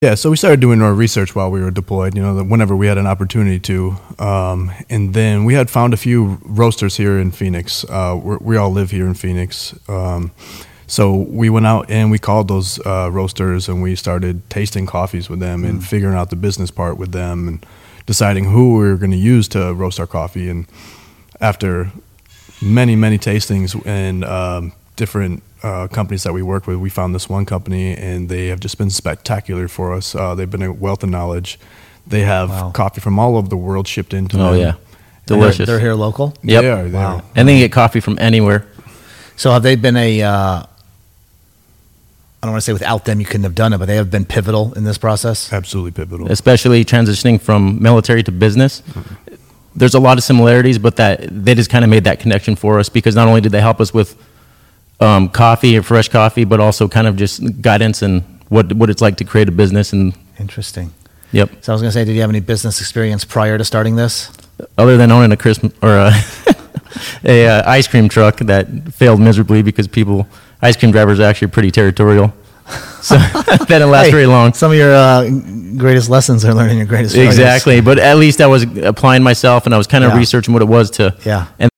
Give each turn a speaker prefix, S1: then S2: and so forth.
S1: Yeah, so we started doing our research while we were deployed, you know, that whenever we had an opportunity to. Um, and then we had found a few roasters here in Phoenix. Uh, we're, we all live here in Phoenix. Um, so we went out and we called those uh, roasters and we started tasting coffees with them and figuring out the business part with them and deciding who we were going to use to roast our coffee. And after many, many tastings and um, different uh, companies that we work with, we found this one company and they have just been spectacular for us. Uh, they've been a wealth of knowledge. They have
S2: Wow.
S1: coffee from all over the world shipped into
S3: Oh
S1: them.
S3: yeah,
S2: They're-
S3: delicious.
S2: They're, here local.
S3: Yep.
S1: They are, they are.
S3: And they can get coffee from anywhere.
S2: So have they been a? Uh, I don't want to say without them you couldn't have done it, but they have been pivotal in this process.
S1: Absolutely pivotal.
S3: especially transitioning from military to business. There's a lot of similarities, but that they just kind of made that connection for us because not only did they help us with um, coffee and fresh coffee, but also kind of just guidance and what what it's like to create a business. And
S2: Interesting.
S3: yep,
S2: So I was going to say, did you have any business experience prior to starting this?
S3: other than owning a Christmas or a, a uh, ice cream truck that failed miserably because people ice cream drivers are actually pretty territorial, so that didn't last
S2: Hey,
S3: very long.
S2: Some of your uh, greatest lessons are learned in your greatest failures.
S3: Exactly, but at least I was applying myself and I was kind of
S2: Yeah.
S3: researching what it was to
S2: Yeah.
S3: and